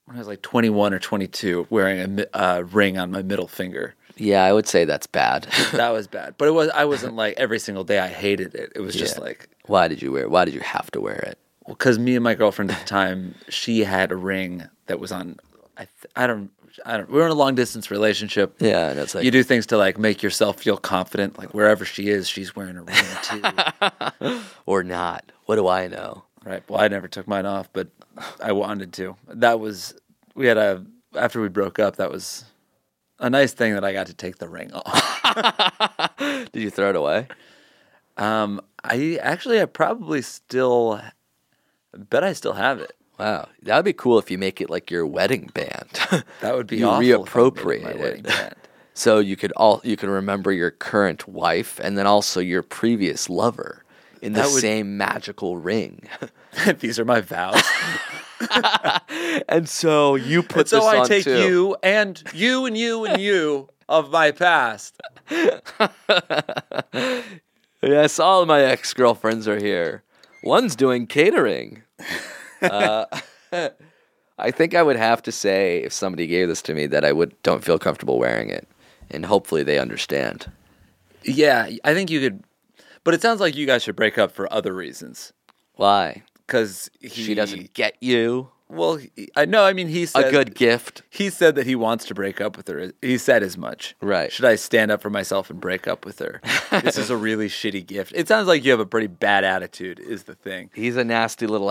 Speaker 4: when I was like 21 or 22 wearing a mi- uh, ring on my middle finger.
Speaker 5: Yeah, I would say that's bad.
Speaker 4: That was bad. But it was I wasn't like every single day I hated it. It was just
Speaker 5: Yeah.
Speaker 4: like
Speaker 5: Why did you wear it? Why did you have to wear it?
Speaker 4: cuz me and my girlfriend at the time, she had a ring that was on I th- I don't I don't we were in a long distance relationship.
Speaker 5: Yeah, and it's like
Speaker 4: you do things to like make yourself feel confident. Like wherever she is, she's wearing a ring too.
Speaker 5: or not. What do I know?
Speaker 4: Right. Well, I never took mine off, but I wanted to. That was we had a after we broke up. That was a nice thing that I got to take the ring off.
Speaker 5: Did you throw it away?
Speaker 4: Um, I actually, I probably still bet I still have it.
Speaker 9: Wow, that would be cool if you make it like your wedding band.
Speaker 4: That would be
Speaker 9: you
Speaker 4: awful if I made it my
Speaker 9: reappropriate
Speaker 4: wedding
Speaker 9: it,
Speaker 4: band.
Speaker 9: so you could all you could remember your current wife and then also your previous lover in the
Speaker 4: That would-
Speaker 9: same magical ring.
Speaker 4: These are my vows.
Speaker 9: and so you put
Speaker 4: And so
Speaker 9: this
Speaker 4: I
Speaker 9: on,
Speaker 4: take
Speaker 9: too.
Speaker 4: you and you and you and you of my past.
Speaker 9: Yes, all of my ex girlfriends are here. One's doing catering. uh, I think I would have to say if somebody gave this to me that I would don't feel comfortable wearing it, and hopefully they understand.
Speaker 4: Yeah, I think you could, but it sounds like you guys should break up for other reasons.
Speaker 9: Why?
Speaker 4: Because
Speaker 9: She doesn't get you
Speaker 4: Well, he- I know. I mean, he said
Speaker 9: a good gift.
Speaker 4: He said that he wants to break up with her. He said as much.
Speaker 9: Right.
Speaker 4: Should I stand up for myself and break up with her? this is a really shitty gift. It sounds like you have a pretty bad attitude. Is the thing.
Speaker 9: He's a nasty little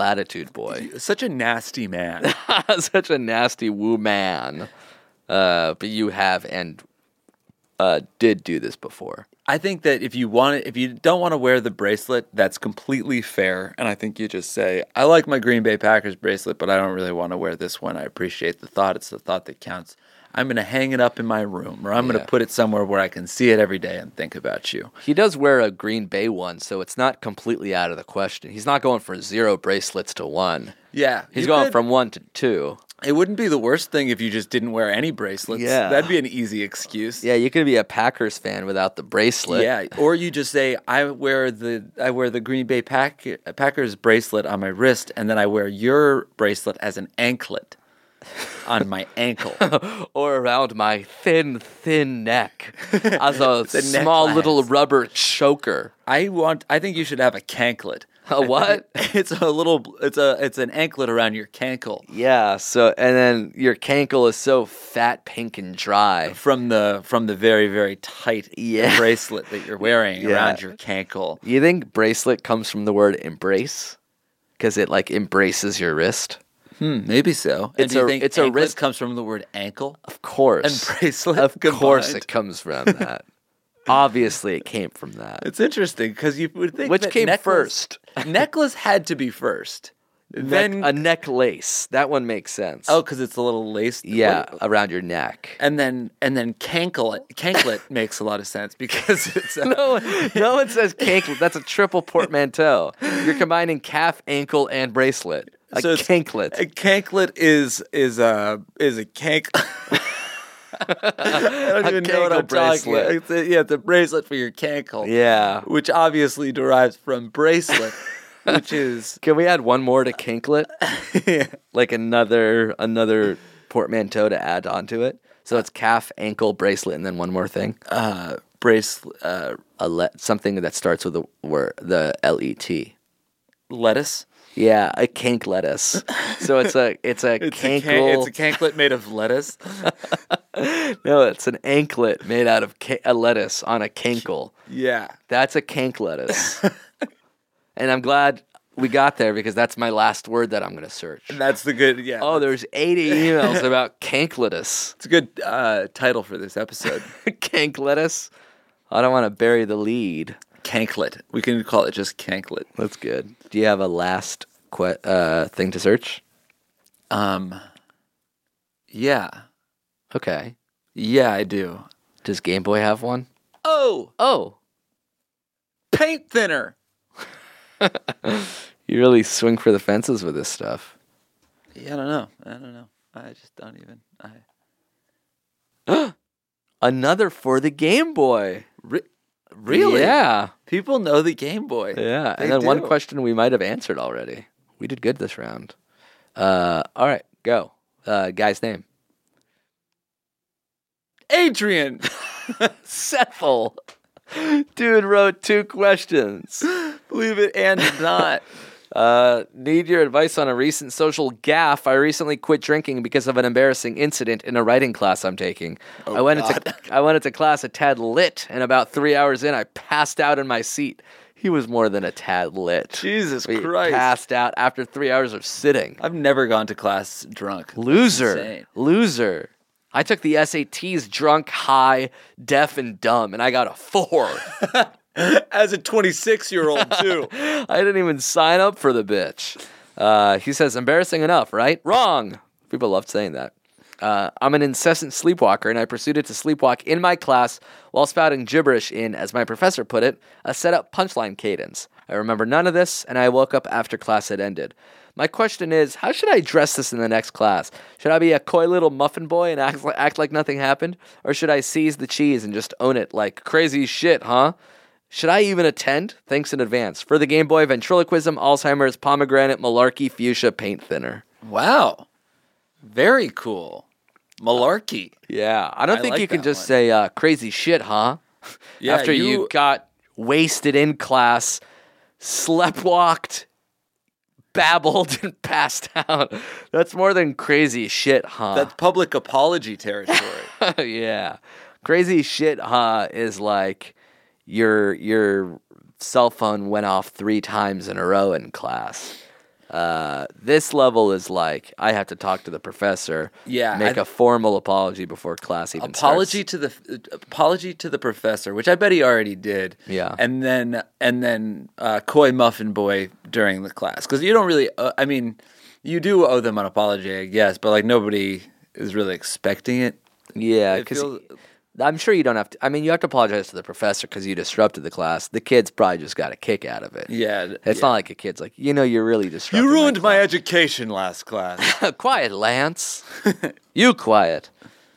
Speaker 9: attitude boy.
Speaker 4: Such a nasty man.
Speaker 9: Such a nasty woo man. Uh, but you have and uh, did do this before.
Speaker 4: I think that if you want it, if you don't want to wear the bracelet, that's completely fair. And I think you just say, I like my Green Bay Packers bracelet, but I don't really want to wear this one. I appreciate the thought. It's the thought that counts. I'm going to hang it up in my room or I'm going
Speaker 9: Yeah.
Speaker 4: to put it somewhere where I can see it every day and think about you.
Speaker 9: He does wear a Green Bay one, so it's not completely out of the question. He's not going from zero bracelets to one.
Speaker 4: Yeah.
Speaker 9: He's
Speaker 4: you
Speaker 9: going
Speaker 4: could-
Speaker 9: from one to two.
Speaker 4: It wouldn't be the worst thing if you just didn't wear any bracelets.
Speaker 9: Yeah.
Speaker 4: That'd be an easy excuse.
Speaker 9: Yeah, you could be a Packers fan without the bracelet.
Speaker 4: Yeah, or you just say I wear the I wear the Green Bay Pack, Packers bracelet on my wrist, and then I wear your bracelet as an anklet on my ankle.
Speaker 9: Or around my thin, thin neck as a
Speaker 4: The
Speaker 9: small
Speaker 4: necklace.
Speaker 9: little rubber choker.
Speaker 4: I want. I think you should have a canklet.
Speaker 9: A what?
Speaker 4: It's a little. It's a. It's an anklet around your cankle
Speaker 9: Yeah, so, and then your cankle is so fat, pink, and dry.
Speaker 4: from the from the very very tight
Speaker 9: Yeah.
Speaker 4: bracelet that you're wearing
Speaker 9: Yeah.
Speaker 4: around your cankle.
Speaker 9: You think bracelet comes from the word embrace? Because it like embraces your wrist?
Speaker 4: Hmm, maybe so. And
Speaker 9: It's
Speaker 4: do you
Speaker 9: a-
Speaker 4: think
Speaker 9: it's a
Speaker 4: anklet
Speaker 9: wrist-
Speaker 4: comes from the word ankle.
Speaker 9: Of course.
Speaker 4: And bracelet
Speaker 9: Of course
Speaker 4: combined.
Speaker 9: it comes from that. Obviously it came from that.
Speaker 4: It's interesting because you would think
Speaker 9: Which
Speaker 4: that
Speaker 9: came
Speaker 4: necklace-
Speaker 9: first?
Speaker 4: necklace had to be first.
Speaker 9: Then
Speaker 4: then
Speaker 9: a neck lace. That one makes sense.
Speaker 4: oh, because it's a little laced.
Speaker 9: yeah,
Speaker 4: what-
Speaker 9: around your neck.
Speaker 4: and then and then cankle canklet makes a lot of sense because it's a,
Speaker 9: No, one- no one says canklet. That's a triple portmanteau. You're combining calf, ankle, and bracelet. A
Speaker 4: So it's-
Speaker 9: canklet.
Speaker 4: a canklet is is a is a cank. I don't
Speaker 9: A
Speaker 4: even know what I'm talking.
Speaker 9: cankle bracelet.
Speaker 4: about. It's a- yeah, it's a bracelet for your cankle.
Speaker 9: yeah.
Speaker 4: which obviously derives from bracelet, which is
Speaker 9: Can we add one more to canklet?
Speaker 4: Yeah.
Speaker 9: Like another another portmanteau to add onto it. So it's calf, ankle, bracelet, and then one more thing.
Speaker 4: bracelet uh,
Speaker 9: a le- something that starts with the word the L E T.
Speaker 4: lettuce.
Speaker 9: Yeah, a kank lettuce. So it's a it's a
Speaker 4: It's a,
Speaker 9: cankle.
Speaker 4: can- it's a canklet made of lettuce.
Speaker 9: no, it's an anklet made out of ca- a lettuce on a cankle.
Speaker 4: Yeah.
Speaker 9: That's a kank lettuce. and I'm glad we got there because that's my last word that I'm gonna search.
Speaker 4: That's the good, yeah.
Speaker 9: Oh, there's 80 emails about kank lettuce.
Speaker 4: it's a good uh, title for this episode.
Speaker 9: kank lettuce. I don't want to bury the lead.
Speaker 4: Canklet. We can call it just Canklet.
Speaker 9: That's good. Do you have a last que- uh, thing to search?
Speaker 4: Um, yeah,
Speaker 9: Okay.
Speaker 4: yeah, I do.
Speaker 9: Does Game Boy have one?
Speaker 4: Oh,
Speaker 9: Oh,
Speaker 4: paint thinner.
Speaker 9: you really swing for the fences with this stuff.
Speaker 4: Yeah, I don't know. I don't know. I just don't even. I
Speaker 9: Another for the Game Boy.
Speaker 4: Re- really.
Speaker 9: Yeah.
Speaker 4: People know the Game Boy.
Speaker 9: Yeah.
Speaker 4: They
Speaker 9: and then one
Speaker 4: do.
Speaker 9: question we might have answered already. We did good this round. Uh, all right, go. Uh, guy's name
Speaker 4: Adrian.
Speaker 9: Sethel. Dude wrote two questions.
Speaker 4: Believe it and not.
Speaker 9: Uh, need your advice on a recent social gaffe. I recently quit drinking because of an embarrassing incident in a writing class I'm taking. I went into I went into class a tad lit, and about three hours in, I passed out in my seat. He was more than a tad lit.
Speaker 4: Jesus
Speaker 9: We
Speaker 4: Christ.
Speaker 9: Passed out after three hours of sitting.
Speaker 4: I've never gone to class drunk. That's
Speaker 9: Loser,
Speaker 4: insane.
Speaker 9: loser. I took the SATs drunk, high, deaf, and dumb, and I got a four.
Speaker 4: As a 26 year old, too.
Speaker 9: I didn't even sign up for the bitch.
Speaker 4: Uh, he says, embarrassing enough, right? Wrong. People loved saying that. Uh, I'm an incessant sleepwalker, and I proceeded to sleepwalk in my class while spouting gibberish in, as my professor put it, a setup punchline cadence. I remember none of this, and I woke up after class had ended. My question is, how should I dress this in the next class? Should I be a coy little muffin boy and act, li- act like nothing happened? Or should I seize the cheese and just own it like crazy shit, huh? Should I even attend? Thanks in advance. For the Game Boy, ventriloquism, Alzheimer's, pomegranate, malarkey, fuchsia, paint thinner.
Speaker 8: Wow. Very cool. Malarkey.
Speaker 4: Yeah, I don't
Speaker 8: I
Speaker 4: think
Speaker 8: like
Speaker 4: you can
Speaker 8: that
Speaker 4: just
Speaker 8: one.
Speaker 4: say uh, crazy shit, huh?
Speaker 8: Yeah,
Speaker 4: After you...
Speaker 8: you-
Speaker 4: got wasted in class, sleptwalked, babbled, and passed out. That's more than crazy shit, huh?
Speaker 8: That's public apology territory.
Speaker 4: yeah. Crazy shit,
Speaker 8: Uh,
Speaker 4: huh? Is like your your cell phone went off three times in a row in class. Uh, this level is like I have to talk to the professor.
Speaker 8: Yeah,
Speaker 4: make
Speaker 8: I-
Speaker 4: a formal apology before class even
Speaker 8: apology
Speaker 4: starts.
Speaker 8: to the apology to the professor, which I bet he already did.
Speaker 4: Yeah.
Speaker 8: and then and then uh, coy muffin boy during the class because you don't really. Uh, I mean, you do owe them an apology, I guess, but like nobody is really expecting it.
Speaker 4: Yeah,
Speaker 8: It
Speaker 4: because
Speaker 8: feels-
Speaker 4: I'm sure you don't have to. I mean, you have to apologize to the professor because you disrupted the class. The kids probably just got a kick out of it.
Speaker 8: Yeah,
Speaker 4: It's
Speaker 8: yeah.
Speaker 4: not like a kid's like, you know, you're really disrupting.
Speaker 8: You ruined my
Speaker 4: class."
Speaker 8: education last class.
Speaker 4: quiet, Lance. you quiet.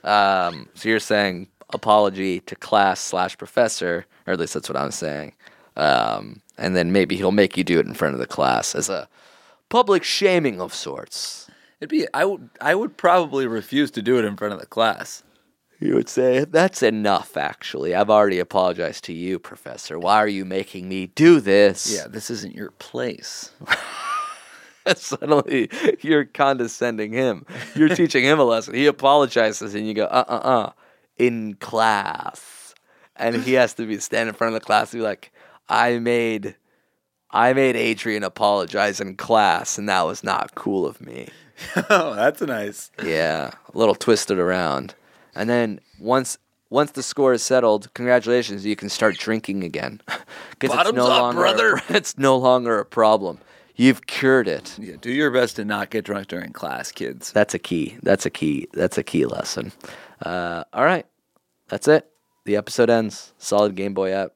Speaker 4: Um, so you're saying apology to class slash professor, or at least that's what I'm saying. Um, and then maybe he'll make you do it in front of the class as a public shaming of sorts.
Speaker 8: It'd be I would I would probably refuse to do it in front of the class.
Speaker 4: You would say, That's enough, actually. I've already apologized to you, Professor. Why are you making me do this?
Speaker 8: Yeah, this isn't your place.
Speaker 4: Suddenly, you're condescending him. You're teaching him a lesson. He apologizes, and you go, uh uh uh, in class. And he has to be stand in front of the class and be like, I made. I made Adrian apologize in class, and that was not cool of me.
Speaker 8: oh, that's nice.
Speaker 4: Yeah, a little twisted around. And then once once the score is settled, congratulations, you can start drinking again. 'Cause
Speaker 8: Bottoms up,
Speaker 4: longer a-
Speaker 8: brother.
Speaker 4: it's no longer a problem. You've cured it.
Speaker 8: Yeah, do your best to not get drunk during class, kids.
Speaker 4: That's a key. That's a key. That's a key lesson. Uh, all right, that's it. The episode ends. Solid Game Boy app.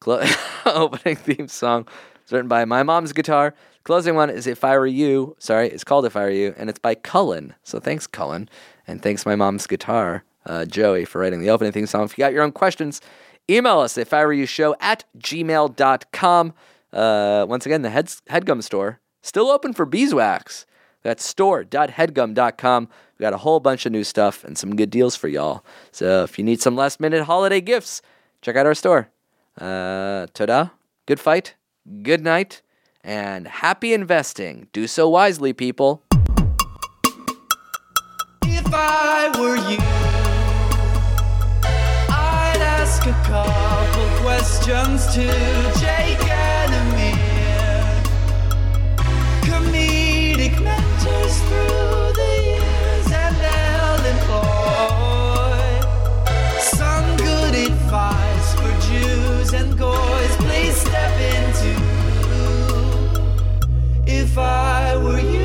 Speaker 4: Clo- opening theme song is written by My Mom's Guitar. Closing one is If I Were You. Sorry, it's called If I Were You, and it's by Cullen. So thanks, Cullen. And thanks, My Mom's Guitar, uh, Joey, for writing the opening theme song. If you got your own questions, email us if I Were You Show at gmail.com. Uh, once again, the head- Headgum store still open for beeswax. That's store.headgum.com. We got a whole bunch of new stuff and some good deals for y'all. So if you need some last minute holiday gifts, check out our store. Uh, ta Good fight. Good night. And happy investing. Do so wisely, people.
Speaker 9: If I were you, I'd ask a couple questions to Jake and Amir. Comedic mentors through the years and Ellen Boyd. Some good advice for Jews and goys, please step into. If I were you.